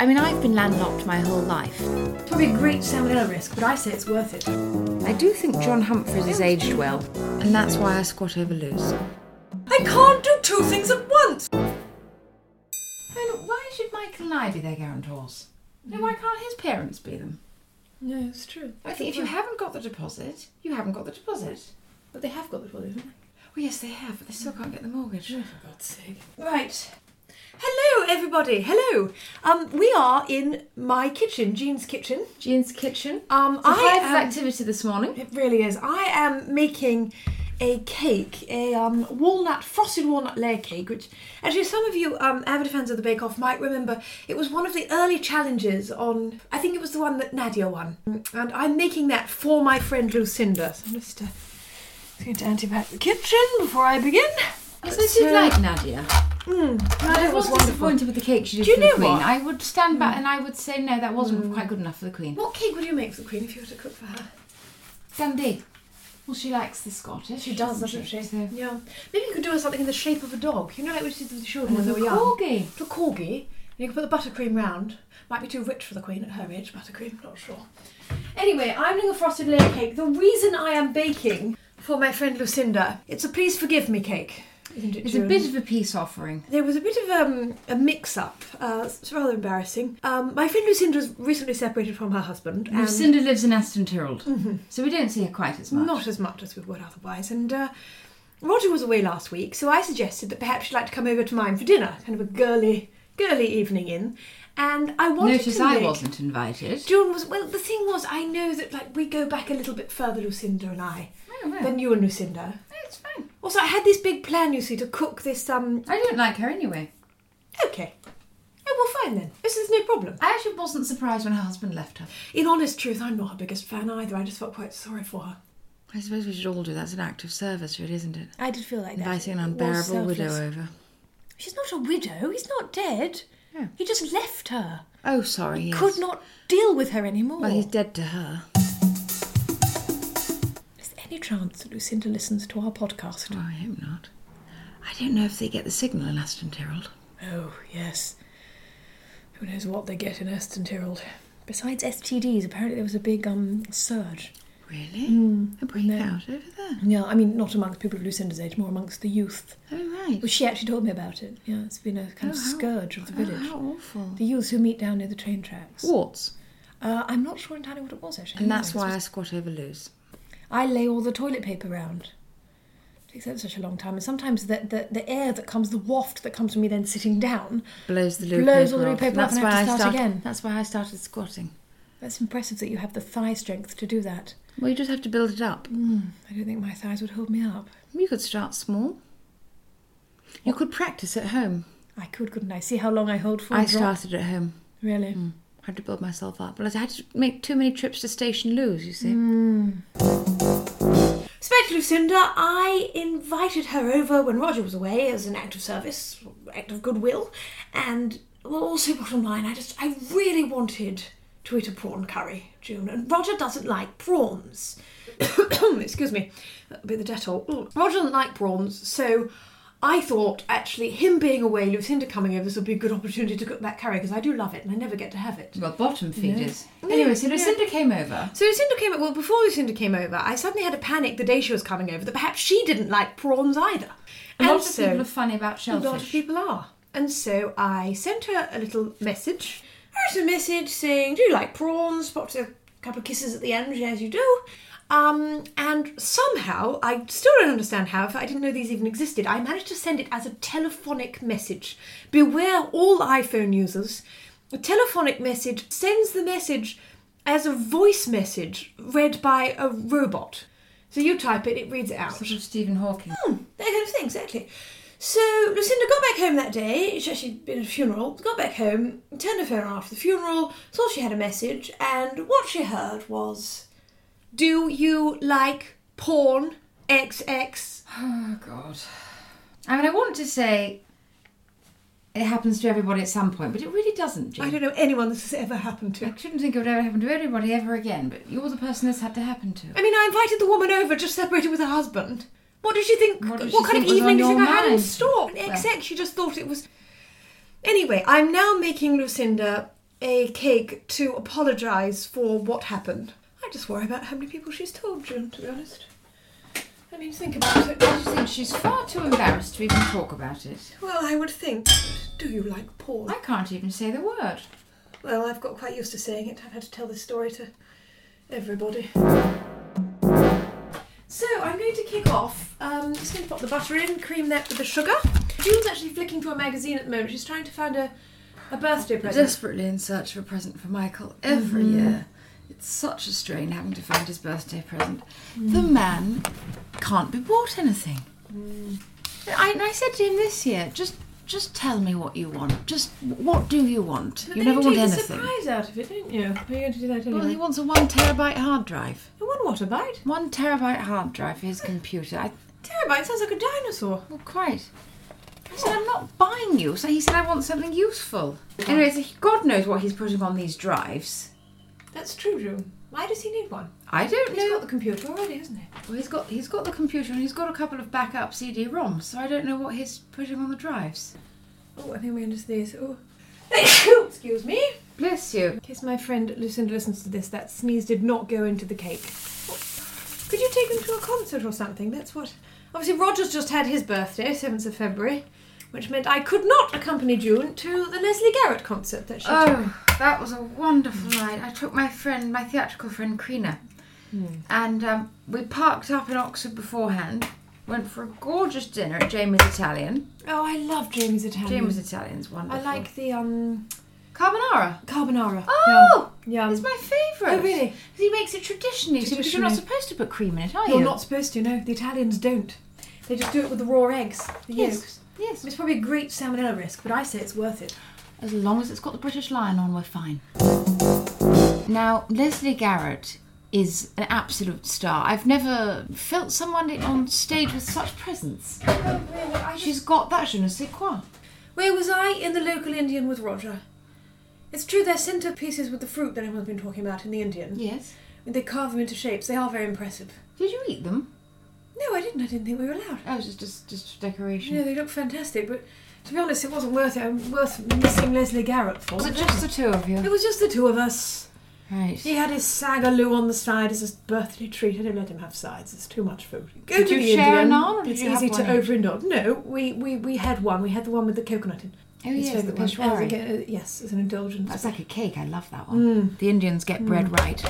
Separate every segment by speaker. Speaker 1: I mean, I've been landlocked my whole life.
Speaker 2: Probably a great salmonella risk, but I say it's worth it.
Speaker 1: I do think John Humphreys has aged well, and that's why I squat over Luz.
Speaker 2: I can't do two things at once!
Speaker 1: why should Michael and I be their guarantors? No, why can't his parents be them?
Speaker 2: No, it's true.
Speaker 1: I think if you haven't got the deposit, you haven't got the deposit.
Speaker 2: But they have got the body, haven't they?
Speaker 1: Well, yes, they have, but they still can't get the mortgage.
Speaker 2: For God's sake.
Speaker 3: Right. Hello, everybody. Hello. Um, we are in my kitchen, Jean's kitchen.
Speaker 1: Jean's kitchen.
Speaker 3: Um,
Speaker 1: I
Speaker 3: I
Speaker 1: have
Speaker 3: am,
Speaker 1: activity this morning.
Speaker 3: it really is. I am making a cake, a um, walnut frosted walnut layer cake, which actually some of you um, avid fans of the Bake Off might remember. It was one of the early challenges on. I think it was the one that Nadia won, and I'm making that for my friend Lucinda. So I'm just uh, going to antibiotic the kitchen before I begin.
Speaker 1: I suppose you'd like Nadia.
Speaker 3: Nadia
Speaker 1: I was disappointed with the cake she did
Speaker 3: Do you
Speaker 1: for the
Speaker 3: know
Speaker 1: Queen.
Speaker 3: what?
Speaker 1: I would stand back and I would say no, that wasn't quite good enough for the Queen.
Speaker 3: What cake would you make for the Queen if you were to cook for her?
Speaker 1: Dundee. Well, she likes the Scottish.
Speaker 3: She does,
Speaker 1: doesn't
Speaker 3: doesn't she?
Speaker 1: So-
Speaker 3: Yeah. Maybe you could do her something in the shape of a dog. You know, like we did with the children when they were
Speaker 1: Little
Speaker 3: young.
Speaker 1: corgi.
Speaker 3: Little corgi. And you could put the buttercream round. Might be too rich for the Queen at her age, buttercream, not sure. Anyway, I'm doing a frosted layer cake. The reason I am baking for my friend Lucinda, it's a please forgive me cake. Isn't it
Speaker 1: It's a
Speaker 3: June?
Speaker 1: bit of a peace offering.
Speaker 3: There was a bit of um, a mix up. Uh, it's rather embarrassing. Um, my friend Lucinda was recently separated from her husband. and-
Speaker 1: Lucinda lives in Aston Tyrrell, so we don't see her quite as much.
Speaker 3: Not as much as we would otherwise. And uh, Roger was away last week, so I suggested that perhaps you'd like to come over to mine for dinner, kind of a girly, girly evening in. And I wanted
Speaker 1: Notice
Speaker 3: to
Speaker 1: I
Speaker 3: make-
Speaker 1: wasn't invited.
Speaker 3: John was well. The thing was, I know that like we go back a little bit further, Lucinda and I,
Speaker 1: No, no.
Speaker 3: than you and Lucinda.
Speaker 1: No, it's fine.
Speaker 3: Also, I had this big plan, you see, to cook this. Um,
Speaker 1: I don't like her anyway.
Speaker 3: okay. Oh, well, fine then. This is no problem.
Speaker 1: I actually wasn't surprised when her husband left her.
Speaker 3: In honest truth, I'm not her biggest fan either. I just felt quite sorry for her.
Speaker 1: I suppose we should all do that's an act of service, really, isn't it?
Speaker 2: I did feel like that.
Speaker 1: Inviting an
Speaker 2: It was
Speaker 1: unbearable widow
Speaker 2: selfless.
Speaker 1: over.
Speaker 2: She's not a widow. He's not dead.
Speaker 1: Yeah.
Speaker 2: He just left her.
Speaker 1: Oh, sorry. Yes.
Speaker 2: Could not deal with her anymore.
Speaker 1: Well, he's dead to her.
Speaker 2: Is there any chance that Lucinda listens to our podcast?
Speaker 1: Well, I hope not. I don't know if they get the signal in Aston Tyrrell.
Speaker 2: Oh, yes. Who knows what they get in Aston Tyrrell. Besides STDs, apparently there was a big um surge.
Speaker 1: Really? a breakout over there.
Speaker 2: Yeah, I mean, not amongst people of Lucinda's age, more amongst the youth.
Speaker 1: Oh, right.
Speaker 2: Well, she actually told me about it. Yeah, it's been a kind of
Speaker 1: Oh, how-
Speaker 2: scourge of the
Speaker 1: Oh,
Speaker 2: village.
Speaker 1: how awful.
Speaker 2: The youths who meet down near the train tracks.
Speaker 1: Warts.
Speaker 2: Uh, I'm not sure entirely what it was, actually.
Speaker 1: And that's
Speaker 2: No,
Speaker 1: why
Speaker 2: it's
Speaker 1: I squat over Luz.
Speaker 2: just- I lay all the toilet paper round. It takes up such a long time. And sometimes the, the, the air that comes, the waft that comes from me then sitting down,
Speaker 1: Blows the loo
Speaker 2: Blows
Speaker 1: paper
Speaker 2: all the loo
Speaker 1: off.
Speaker 2: paper
Speaker 1: That's
Speaker 2: off and
Speaker 1: why
Speaker 2: I have to
Speaker 1: I
Speaker 2: start
Speaker 1: started,
Speaker 2: again.
Speaker 1: That's why I started squatting.
Speaker 2: that's impressive that you have the thigh strength to do that.
Speaker 1: Well, you just have to build it up.
Speaker 2: I don't think my thighs would hold me up.
Speaker 1: You could start small. You could practice at home.
Speaker 2: I could, couldn't I? See how long I hold for. a
Speaker 1: I Mm.
Speaker 2: drop?
Speaker 1: started at home.
Speaker 2: Really?
Speaker 1: I had to build myself up. But I had to make too many trips to Station Lewes, you see.
Speaker 2: Mm.
Speaker 3: Spec Lucinda, I invited her over when Roger was away as an act of service, act of goodwill, and well, also bottom line, I just I really wanted to eat a prawn curry, June, and Roger doesn't like prawns. Excuse me, a bit of Dettol. Ooh. Roger doesn't like prawns, so I thought actually him being away, Lucinda coming over, this would be a good opportunity to cook that curry because I do love it and I never get to have it.
Speaker 1: Well, bottom feeders. Anyway, so Lucinda came over.
Speaker 3: So Lucinda came well before Lucinda came over. I suddenly had a panic the day she was coming over that perhaps she didn't like prawns either.
Speaker 1: A lot
Speaker 3: And
Speaker 1: of
Speaker 3: so-
Speaker 1: people are funny about
Speaker 3: a lot of
Speaker 1: shellfish.
Speaker 3: people are. And so I sent her a little message. I wrote a message saying, "Do you like prawns?" Popped a couple of kisses at the end, as you do. Um, and somehow, I still don't understand how, if I didn't know these even existed, I managed to send it as a telephonic message. Beware all iPhone users. A telephonic message sends the message as a voice message read by a robot. So you type it, it reads it out
Speaker 1: Sort of Stephen Hawking.
Speaker 3: that kind of thing, exactly. So Lucinda got back home that day. She actually been at a funeral. Got back home, turned her phone on after the funeral, saw she had a message, and what she heard was, "Do you like porn?" XX.
Speaker 1: Oh, God. I mean, I want to say it happens to everybody at some point, but it really doesn't, Jane.
Speaker 3: I don't know anyone this has ever happened to.
Speaker 1: I shouldn't think it would ever happen to anybody ever again, but you're the person this had to happen to.
Speaker 3: I mean, I invited the woman over, just separated with her husband. What did she think?
Speaker 1: What
Speaker 3: What,
Speaker 1: did she
Speaker 3: kind
Speaker 1: think
Speaker 3: of
Speaker 1: was on
Speaker 3: evening do you
Speaker 1: your
Speaker 3: think I had in
Speaker 1: mind?
Speaker 3: store? An make sense. She just thought it was. Anyway, I'm now making Lucinda a cake to apologise for what happened. I just worry about how many people she's told, June, to be honest. I mean, think about it.
Speaker 1: I just think she's far too embarrassed to even talk about it.
Speaker 3: Well, I would think. Do you like Paul?
Speaker 1: I can't even say the word.
Speaker 3: Well, I've got quite used to saying it. I've had to tell this story to everybody. So I'm going to kick off. Um, just going to pop the butter in, cream that with the sugar. June's actually flicking through a magazine at the moment. She's trying to find a, a birthday present.
Speaker 1: Desperately in search of a present for Michael every
Speaker 3: Mm-hmm.
Speaker 1: year. It's such a strain having to find his birthday present.
Speaker 3: Mm.
Speaker 1: The man can't be bought anything.
Speaker 3: Mm.
Speaker 1: I, and I said to him this year, just just tell me what you want. Just what do you want?
Speaker 3: But
Speaker 1: you
Speaker 3: then
Speaker 1: never want
Speaker 3: take a
Speaker 1: anything.
Speaker 3: surprise out of it, don't you? Are you going to do that
Speaker 1: Well,
Speaker 3: anyway?
Speaker 1: he wants a one terabyte hard drive.
Speaker 3: You want what a bite?
Speaker 1: One terabyte hard drive for his computer. I,
Speaker 3: Terabyte sounds like a dinosaur.
Speaker 1: well, quite. I said, I'm not buying you. So he said, I want something useful. Anyway, so he- God knows what he's putting on these drives.
Speaker 3: That's true, June. Why does he need one?
Speaker 1: I don't
Speaker 3: He's
Speaker 1: know.
Speaker 3: got the computer already, hasn't he?
Speaker 1: Well, he's got he's got the computer and he's got a couple of backup CD-ROMs, so I don't know what he's putting on the drives.
Speaker 3: Oh, I think we understood this. Oh. Excuse me.
Speaker 1: Bless you.
Speaker 3: In case my friend Lucinda listens to this, that sneeze did not go into the cake. Could you take them to a concert or something? That's what. Obviously, Roger's just had his birthday, 7th of February, which meant I could not accompany June to the Leslie Garrett concert that she took.
Speaker 1: Oh, that was a wonderful night. I took my friend, my theatrical friend Krina, and um, we parked up in Oxford beforehand. Went for a gorgeous dinner at Jamie's Italian.
Speaker 3: Oh, I love Jamie's Italian.
Speaker 1: Jamie's Italian's wonderful.
Speaker 3: I like the um
Speaker 1: carbonara.
Speaker 3: carbonara.
Speaker 1: Oh,
Speaker 3: yeah.
Speaker 1: it's my favourite.
Speaker 3: Oh, really?
Speaker 1: He makes it traditionally, too, because you're not supposed to put cream in it, are
Speaker 3: You're
Speaker 1: you?
Speaker 3: not supposed to, no. The Italians don't. They just do it with the raw eggs, the
Speaker 1: Yes.
Speaker 3: yolks.
Speaker 1: Yes.
Speaker 3: It's probably a great salmonella risk, but I say it's worth it.
Speaker 1: As long as it's got the British Lion on, we're fine. Now, Leslie Garrett is an absolute star. I've never felt someone on stage with such presence. She's got that je ne sais quoi.
Speaker 3: Where was I in the local Indian with Roger? It's true they're centerpieces with the fruit that everyone's been talking about in the Indian.
Speaker 1: Yes.
Speaker 3: And they carve them into shapes. They are very impressive.
Speaker 1: Did you eat them?
Speaker 3: No, I didn't. I didn't think we were allowed.
Speaker 1: Oh, it's just just, just decoration.
Speaker 3: No, they look fantastic, but to be honest, it wasn't worth it. I'm worth missing Leslie Garrett for.
Speaker 1: Was it just the two of
Speaker 3: It
Speaker 1: you?
Speaker 3: was just the two of us.
Speaker 1: Right.
Speaker 3: He had his sagaloo on the side as his birthday treat. I didn't let him have sides. It's too much food. Go
Speaker 1: Did
Speaker 3: to
Speaker 1: you
Speaker 3: the
Speaker 1: share
Speaker 3: Indian.
Speaker 1: an arm, or did
Speaker 3: it's
Speaker 1: you have
Speaker 3: easy to
Speaker 1: one each?
Speaker 3: overindulge. No, we, we, we had one. We had the one with the coconut in.
Speaker 1: Oh,
Speaker 3: His
Speaker 1: yes, the
Speaker 3: favourite one. As
Speaker 1: Peshwari.
Speaker 3: a- uh, yes, as an indulgence.
Speaker 1: That's like a cake. I love that one. The Indians get bread right.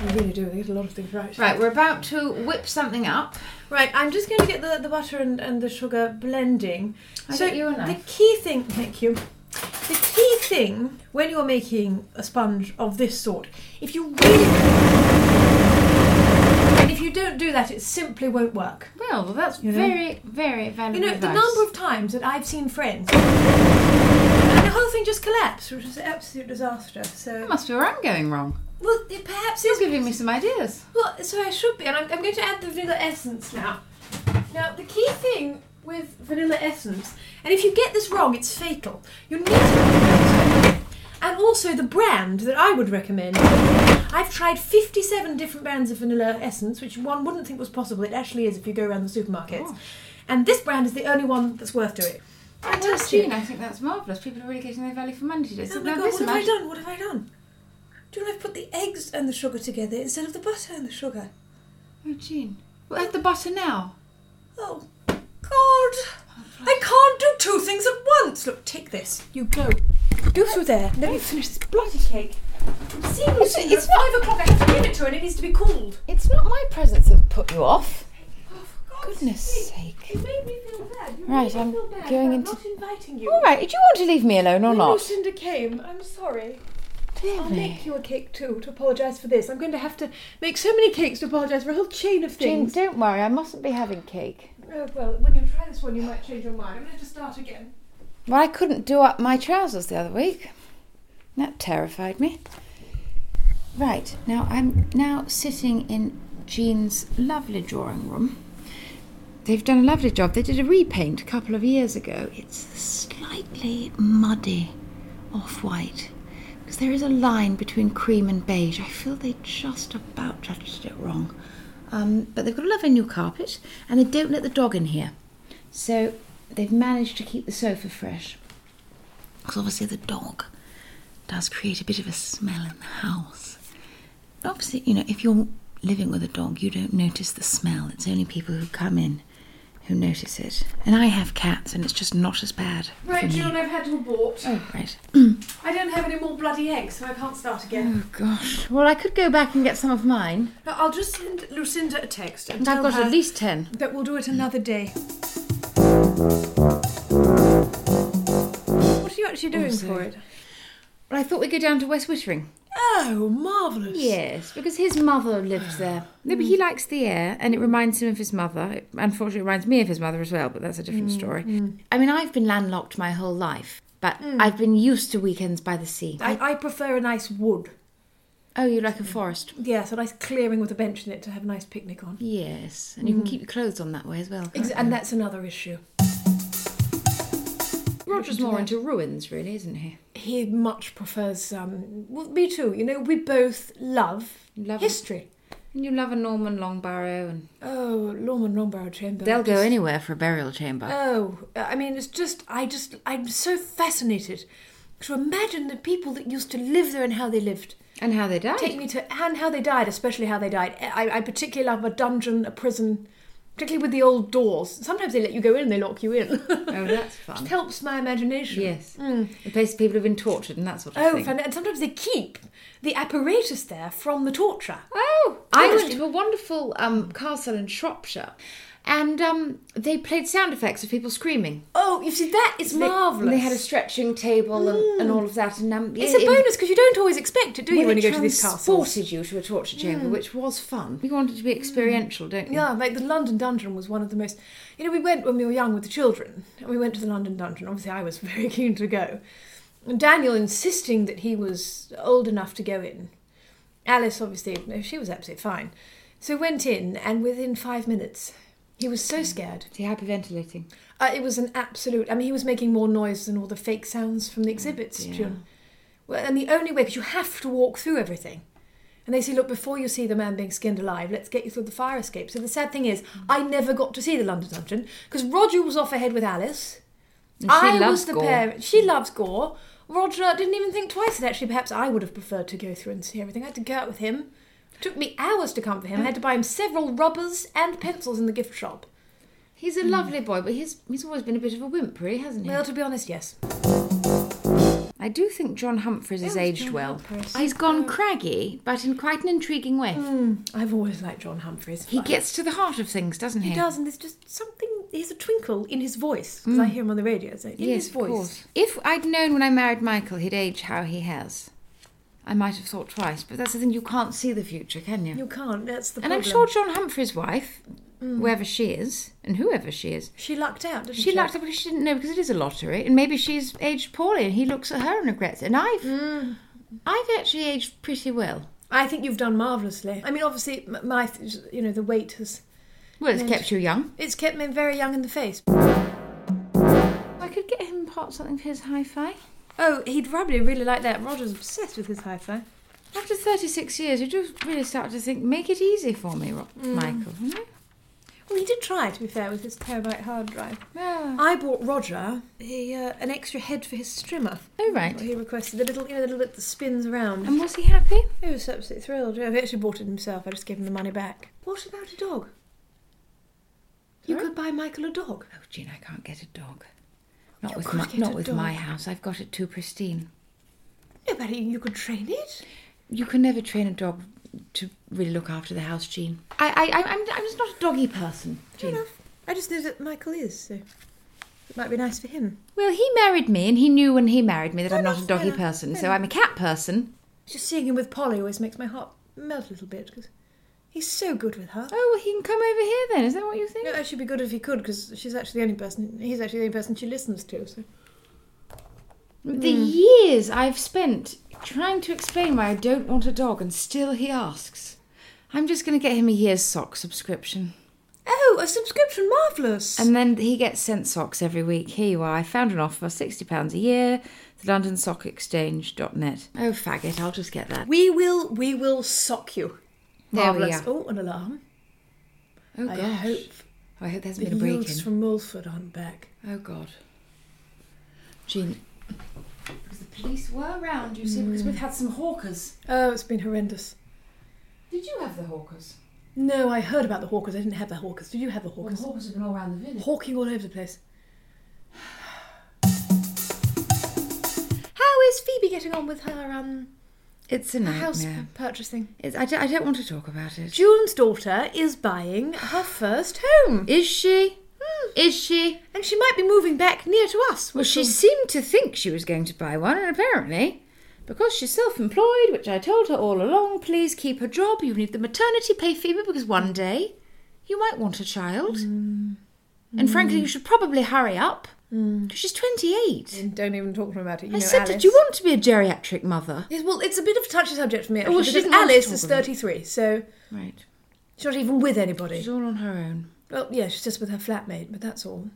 Speaker 3: They really do. They get a lot of things right.
Speaker 1: Mm. Right, we're about to whip something up.
Speaker 3: Right, I'm just going to get the, the butter and, and the sugar blending.
Speaker 1: I get you a knife.
Speaker 3: The key thing, thank you. The key thing when you're making a sponge of this sort, if you really. And if you don't do that, it simply won't work.
Speaker 1: Well, that's
Speaker 3: You know?
Speaker 1: very, very valuable
Speaker 3: You know, the
Speaker 1: advice.
Speaker 3: number of times that I've seen friends. And the whole thing just collapsed, which was an absolute disaster.
Speaker 1: That
Speaker 3: So,
Speaker 1: must be where I'm going wrong.
Speaker 3: well, it perhaps
Speaker 1: He's
Speaker 3: is
Speaker 1: giving me some ideas.
Speaker 3: Well, so I should be, and I'm, I'm going to add the vanilla essence now. Now, the key thing with vanilla essence, and if you get this wrong, it's fatal. You need to. And also, the brand that I would recommend. I've tried 57 different brands of vanilla essence, which one wouldn't think was possible. It actually is if you go around the supermarkets.
Speaker 1: Oh.
Speaker 3: And this brand is the only one that's worth doing. Fantastic.
Speaker 1: Gene, I think that's marvellous. People are really getting their value for money today. So
Speaker 3: Oh my
Speaker 1: now
Speaker 3: god,
Speaker 1: this
Speaker 3: what have I
Speaker 1: imagine-
Speaker 3: done? What have I done? Do you know I've put the eggs and the sugar together instead of the butter and the sugar?
Speaker 1: Oh, Jean. Well, add the butter now.
Speaker 3: Oh, God. I can't do two things at once. Look, take this. You go. Go through there. Let me finish this bloody cake. Seriously, it's five o'clock. I have to give it to her and it needs to be cooled.
Speaker 1: It's not my presence that put you off.
Speaker 3: Oh, for God's
Speaker 1: Goodness
Speaker 3: sake.
Speaker 1: sake.
Speaker 3: You made me feel bad. You
Speaker 1: Right,
Speaker 3: made me
Speaker 1: I'm
Speaker 3: feel bad
Speaker 1: going
Speaker 3: for
Speaker 1: into-
Speaker 3: not inviting you.
Speaker 1: All right, did you want to leave me alone or
Speaker 3: When
Speaker 1: not?
Speaker 3: Lucinda came. I'm sorry.
Speaker 1: Dear
Speaker 3: I'll
Speaker 1: me.
Speaker 3: make you a cake too to apologise for this. I'm going to have to make so many cakes to apologise for a whole chain of
Speaker 1: Jean,
Speaker 3: things.
Speaker 1: don't worry, I mustn't be having cake.
Speaker 3: Oh, well, when you try this one, you might change your mind. I'm going to start again.
Speaker 1: Well, I couldn't do up my trousers the other week. That terrified me. Right, now I'm now sitting in Jean's lovely drawing room. They've done a lovely job. They did a repaint a couple of years ago. It's slightly muddy, off white, because there is a line between cream and beige. I feel they just about judged it wrong. Um, but they've got a lovely new carpet, and they don't let the dog in here. So they've managed to keep the sofa fresh. Because obviously the dog does create a bit of a smell in the house. And obviously, you know, if you're living with a dog, you don't notice the smell. It's only people who come in who notice it. And I have cats, and it's just not as bad.
Speaker 4: Right,
Speaker 3: Hmm.
Speaker 4: John, I've had to abort.
Speaker 1: Oh, right.
Speaker 4: I don't have any more bloody eggs, so I can't start again.
Speaker 3: Hmm.
Speaker 1: Oh, gosh. Well, I could go back and get some of mine.
Speaker 4: No, I'll just send Lucinda a text and
Speaker 1: And I've
Speaker 4: tell
Speaker 1: got
Speaker 4: her
Speaker 1: at least ten.
Speaker 4: that we'll do it another day. What are you actually doing
Speaker 1: Also-
Speaker 4: for it?
Speaker 1: Well, I thought we'd go down to West Wittering.
Speaker 4: Oh, marvellous.
Speaker 1: Yes, because his mother lived there. No, but he likes the air, and it reminds him of his mother. It unfortunately reminds me of his mother as well, but that's a different story. Mm, Mm. I mean, I've been landlocked my whole life, but I've been used to weekends by the sea.
Speaker 3: I, I prefer a nice wood.
Speaker 1: Oh, you like a forest?
Speaker 3: Yes, a nice clearing with a bench in it to have a nice picnic on.
Speaker 1: Yes, and you can keep your clothes on that way as well. can't
Speaker 3: Ex-
Speaker 1: you?
Speaker 3: and that's another issue.
Speaker 1: Roger's more into ruins, really, isn't he?
Speaker 3: He much prefers. Um, well, me too. You know, we both love,
Speaker 1: Love-
Speaker 3: history.
Speaker 1: And you love a Norman Longbarrow, and
Speaker 3: Oh, Lorman Longbarrow Chamber.
Speaker 1: they'll go
Speaker 3: Just-
Speaker 1: anywhere for a burial chamber.
Speaker 3: Oh, I mean, it's just, I just, I'm so fascinated to imagine the people that used to live there and how they lived.
Speaker 1: and how they died.
Speaker 3: Take me to, and how they died, especially how they died. I, I particularly love a dungeon, a prison, particularly with the old doors. Sometimes they let you go in, they lock you in.
Speaker 1: oh, that's
Speaker 3: Just
Speaker 1: fun.
Speaker 3: helps my imagination.
Speaker 1: Yes, the place people have been tortured and that sort of
Speaker 3: Oh,
Speaker 1: thing.
Speaker 3: fun. and sometimes they keep the apparatus there from the torture.
Speaker 1: Oh, I went
Speaker 3: Interesting.
Speaker 1: to a wonderful um, castle in Shropshire, and um, they played sound effects of people screaming.
Speaker 3: Oh, you see, that is
Speaker 1: They-
Speaker 3: marvellous. Mm.
Speaker 1: They had a stretching table and, and all of that, and um,
Speaker 3: it's
Speaker 1: it-
Speaker 3: a bonus because you don't always expect it, do
Speaker 1: It,
Speaker 3: you,
Speaker 1: well,
Speaker 3: when
Speaker 1: it
Speaker 3: you go to these castles?
Speaker 1: transported you to a torture chamber, which was fun. You wanted to be experiential, don't you?
Speaker 3: Mm. Yeah, like the London Dungeon was one of the most. You know, we went when we were young with the children, and we went to the London Dungeon. Obviously, I was very keen to go. And Daniel insisting that he was old enough to go in. Alice, obviously, no, she was absolutely fine. So went in, and within five minutes, he was so scared.
Speaker 1: See, hyperventilating.
Speaker 3: Uh, it was an absolute. I mean, he was making more noise than all the fake sounds
Speaker 1: Mm,
Speaker 3: from the exhibits,
Speaker 1: dear.
Speaker 3: June. Well, and the only way, because you have to walk through everything. And they say, look, before you see the man being skinned alive, let's get you through the fire escape. So the sad thing is,
Speaker 1: Mm.
Speaker 3: I never got to see the London Dungeon because Roger was off ahead with Alice.
Speaker 1: And she
Speaker 3: I
Speaker 1: loves
Speaker 3: was the
Speaker 1: gore.
Speaker 3: parent. She loves gore. Roger didn't even think twice. And actually, perhaps I would have preferred to go through and see everything. I had to go out with him. took me hours to come for him. I had to buy him several rubbers and pencils in the gift shop.
Speaker 1: He's a lovely boy, but he's he's always been a bit of a wimp, really, hasn't he?
Speaker 3: Mm. Well, to be honest, yes.
Speaker 1: I do think John Humphreys has
Speaker 3: Oh,
Speaker 1: aged
Speaker 3: John Mm.
Speaker 1: well.
Speaker 3: Humphreys.
Speaker 1: He's gone craggy, but in quite an intriguing way.
Speaker 3: Mm. I've always liked John Humphreys.
Speaker 1: He gets to the heart of things, doesn't he?
Speaker 3: He does, and there's just something. There's a twinkle in his voice because I hear him on the radio. So in his voice,
Speaker 1: If I'd known when I married Michael he'd age how he has, I might have thought twice. But that's the thing, you can't see the future, can you?
Speaker 3: you can't. That's the
Speaker 1: and
Speaker 3: problem.
Speaker 1: I'm sure John Humphrey's wife, wherever she is, and whoever she is,
Speaker 3: she lucked out. Didn't she,
Speaker 1: she liked it because she didn't know because it is a lottery, and maybe she's aged poorly, and he looks at her and regrets it. And I've, Mm. I've actually aged pretty well.
Speaker 3: I think you've done marvelously. I mean, obviously, m- my you know the weight has
Speaker 1: Well, it's
Speaker 3: Yeah,
Speaker 1: kept you young.
Speaker 3: it's kept me very young in the face.
Speaker 1: I could get him part something for his hi-fi.
Speaker 3: Oh, he'd probably really like that. Roger's obsessed with his hi-fi.
Speaker 1: After 36 years, you do really start to think, make it easy for me, Ro- Michael. You know?
Speaker 3: Well, he did try, to be fair, with his terabyte hard drive.
Speaker 1: Yeah.
Speaker 3: I bought Roger a, uh, an extra head for his strimmer.
Speaker 1: Oh, right.
Speaker 3: He requested the little, you know, the little bit that spins around.
Speaker 1: And was he happy?
Speaker 3: He was absolutely thrilled. Yeah, he actually bought it himself. I just gave him the money back. What about a dog? You
Speaker 1: Sorry?
Speaker 3: could buy Michael a dog.
Speaker 1: Oh, Jean, I can't get a dog. Not
Speaker 3: You
Speaker 1: with
Speaker 3: could
Speaker 1: my,
Speaker 3: get
Speaker 1: not
Speaker 3: a
Speaker 1: with my
Speaker 3: dog.
Speaker 1: house. I've got it too pristine.
Speaker 3: Yeah, but you could train it.
Speaker 1: You can never train a dog to really look after the house, Jean. I, I, I I'm, I'm just not a doggy person,
Speaker 3: Fair
Speaker 1: Jean.
Speaker 3: enough. I just know that Michael is, so it might be nice for him.
Speaker 1: Well, he married me, and he knew when he married me that I'm not
Speaker 3: enough,
Speaker 1: a doggy
Speaker 3: fair enough,
Speaker 1: person.
Speaker 3: fair
Speaker 1: So I'm a cat person.
Speaker 3: Just seeing him with Polly always makes my heart melt a little bit because he's so good with her.
Speaker 1: Oh, well, he can come over here then. Is that what you think?
Speaker 3: No, it should be good if he could because she's actually the only person. He's actually the only person she listens to. So
Speaker 1: The years I've spent trying to explain why I don't want a dog, and still he asks. I'm just going to get him a year's sock subscription.
Speaker 3: oh, a subscription, marvelous.
Speaker 1: And then he gets sent socks every week. Here you are. I found an offer, £60 a year, the London Sock Exchange.net. Oh, faggot, I'll just get that.
Speaker 3: we will, we will sock you.
Speaker 1: There we
Speaker 3: Marvelous.
Speaker 1: are.
Speaker 3: Oh, an alarm.
Speaker 1: Oh,
Speaker 3: I
Speaker 1: gosh.
Speaker 3: hope
Speaker 1: Oh, I hope there hasn't
Speaker 3: The
Speaker 1: been a break
Speaker 3: yields
Speaker 1: in.
Speaker 3: from Mulford on back.
Speaker 1: Oh, God. Jean. Because the police were round, you see, because we've had some hawkers.
Speaker 3: Oh, it's been horrendous.
Speaker 1: Did you have the hawkers?
Speaker 3: No, I heard about the hawkers. I didn't have the hawkers. Did you have the
Speaker 1: Well,
Speaker 3: hawkers?
Speaker 1: the hawkers have been all round the village.
Speaker 3: Hawking all over the place. How is Phoebe getting on with her um
Speaker 1: It's a nightmare.
Speaker 3: house purchasing?
Speaker 1: It's, I, don't, I don't want to talk about it.
Speaker 3: June's daughter is buying her first home,
Speaker 1: Is she?
Speaker 3: Hmm.
Speaker 1: Is she?
Speaker 3: and she might be moving back near to us.
Speaker 1: Well,
Speaker 3: which
Speaker 1: she
Speaker 3: will-
Speaker 1: seemed to think she was going to buy one, and apparently, because she's self employed, which I told her all along, please keep her job. You need the maternity pay fever because one day you might want a child. Mm. And frankly, you should probably hurry up because she's 28.
Speaker 3: And Don't even talk to me about it. You
Speaker 1: I
Speaker 3: know,
Speaker 1: said,
Speaker 3: Alice.
Speaker 1: Did you want to be a geriatric mother?
Speaker 3: Yes, well, it's a bit of a touchy subject for me. Actually,
Speaker 1: well, she
Speaker 3: because
Speaker 1: didn't want to
Speaker 3: Alice
Speaker 1: talk
Speaker 3: is
Speaker 1: about it.
Speaker 3: 33, so
Speaker 1: Right.
Speaker 3: she's not even with anybody.
Speaker 1: She's all on her own.
Speaker 3: Well, yeah, she's just with her flatmate, but that's all.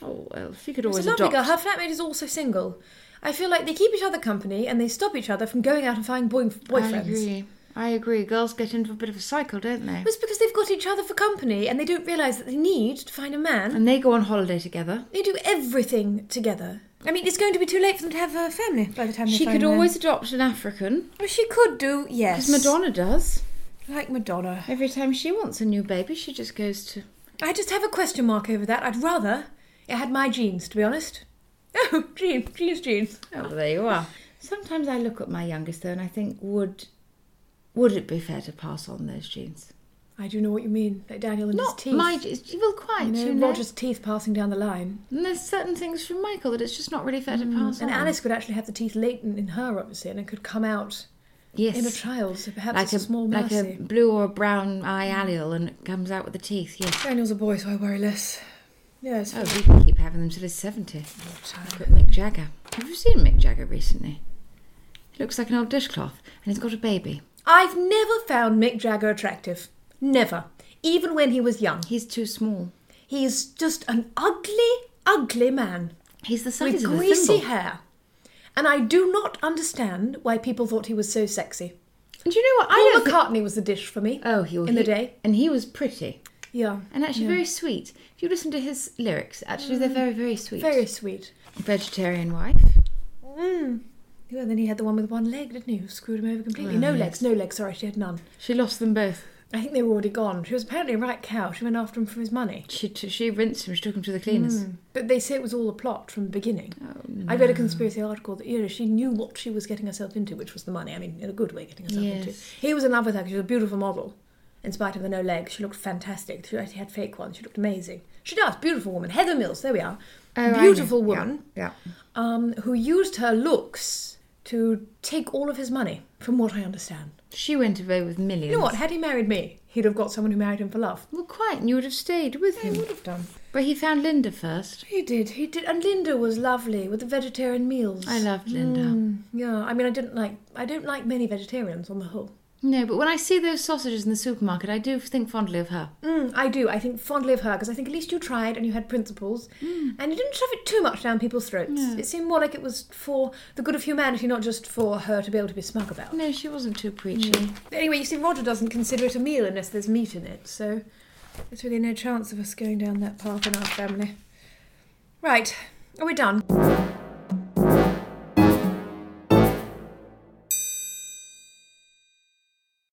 Speaker 1: Oh, well, she could
Speaker 3: It's
Speaker 1: always
Speaker 3: a lovely
Speaker 1: adopt.
Speaker 3: girl. Her flatmate is also single. I feel like they keep each other company and they stop each other from going out and finding boy- boyfriends.
Speaker 1: I agree. I agree. Girls get into a bit of a cycle, don't they?
Speaker 3: But It's because they've got each other for company and they don't realise that they need to find a man.
Speaker 1: And they go on holiday together.
Speaker 3: They do everything together. I mean, it's going to be too late for them to have a family by the time they
Speaker 1: She
Speaker 3: find
Speaker 1: could
Speaker 3: a man.
Speaker 1: always adopt an African,
Speaker 3: Well, she could do,
Speaker 1: as
Speaker 3: yes.
Speaker 1: Madonna does.
Speaker 3: Like Madonna.
Speaker 1: Every time she wants a new baby, she just goes to.
Speaker 3: I just have a question mark over that. I'd rather it had my genes, to be honest. Oh, genes, genes, genes.
Speaker 1: Oh, there you are. Sometimes I look at my youngest though, and I think, would would it be fair to pass on those genes?
Speaker 3: I do know what you mean. Like Daniel and
Speaker 1: Not
Speaker 3: his teeth.
Speaker 1: my genes. Well, quite.
Speaker 3: you know,
Speaker 1: you know.
Speaker 3: Roger's teeth passing down the line.
Speaker 1: And there's certain things from Michael that it's just not really fair to pass
Speaker 3: And
Speaker 1: on.
Speaker 3: Alice could actually have the teeth latent in her, obviously, and it could come out
Speaker 1: yes,
Speaker 3: in a child. So perhaps
Speaker 1: like
Speaker 3: it's a, small
Speaker 1: like
Speaker 3: mercy.
Speaker 1: a Mm. blue or a brown eye allele, and it comes out with the teeth. Yes.
Speaker 3: Daniel's a boy, so I worry less. Yeah, it's
Speaker 1: Oh, he can keep having them till he's seventy. Look at Mick Jagger. Have you seen Mick Jagger recently? He looks like an old dishcloth, and he's got a baby.
Speaker 3: I've never found Mick Jagger attractive. Never. Even when he was young.
Speaker 1: He's too small.
Speaker 3: He's just an ugly, ugly man
Speaker 1: He's the size
Speaker 3: with
Speaker 1: of a
Speaker 3: greasy
Speaker 1: thimble.
Speaker 3: hair. And I do not understand why people thought he was so sexy.
Speaker 1: And do you know what?
Speaker 3: Paul
Speaker 1: I don't. thi-
Speaker 3: McCartney was the dish for me.
Speaker 1: oh, he
Speaker 3: in
Speaker 1: was
Speaker 3: the day.
Speaker 1: and he was pretty
Speaker 3: Yeah. Mm.
Speaker 1: and actually very sweet. If you listen to his lyrics, actually they're very, very sweet.
Speaker 3: Very sweet.
Speaker 1: vegetarian wife.
Speaker 3: Mm. Yeah, and then he had the one with one leg, didn't he? Who screwed him over completely.
Speaker 1: Well,
Speaker 3: no
Speaker 1: yes.
Speaker 3: legs, no legs, sorry, she had none.
Speaker 1: She lost them both.
Speaker 3: I think they were already gone. She was apparently a right cow. She went after him for his money.
Speaker 1: She t- she rinsed him. She took him to the cleaners.
Speaker 3: But they say it was all a plot from the beginning.
Speaker 1: Oh, no.
Speaker 3: I read a conspiracy article that you know she knew what she was getting herself into, which was the money. I mean, in a good way, getting herself into.
Speaker 1: Yes.
Speaker 3: He was in love with her. 'cause She was a beautiful model, in spite of the no legs. She looked fantastic. She actually had fake ones. She looked amazing. She does beautiful woman. Heather Mills. There we are.
Speaker 1: Oh, I know.
Speaker 3: beautiful woman
Speaker 1: Yeah.
Speaker 3: um, who used her looks to take all of his money, from what I understand.
Speaker 1: She went away with millions.
Speaker 3: You know what? Had he married me, he'd have got someone who married him for love. Hmm.
Speaker 1: Well, quite, and you would have stayed with
Speaker 3: He
Speaker 1: him.
Speaker 3: would have done.
Speaker 1: But he found Linda first.
Speaker 3: He did, he did. And Linda was lovely with the vegetarian meals.
Speaker 1: I loved Linda.
Speaker 3: Mm, yeah, I mean, I didn't like. I don't like many vegetarians on the whole.
Speaker 1: No, but when I see those sausages in the supermarket, I do think fondly of her.
Speaker 3: Mm, I do. I think fondly of her because I think at least you tried and you had principles, and you didn't shove it too much down people's throats. It seemed more like it was for the good of humanity, not just for her to be able to be smug about.
Speaker 1: No, she wasn't too preachy.
Speaker 3: But anyway, you see, Roger doesn't consider it a meal unless there's meat in it, so there's really no chance of us going down that path in our family. Right, are we done?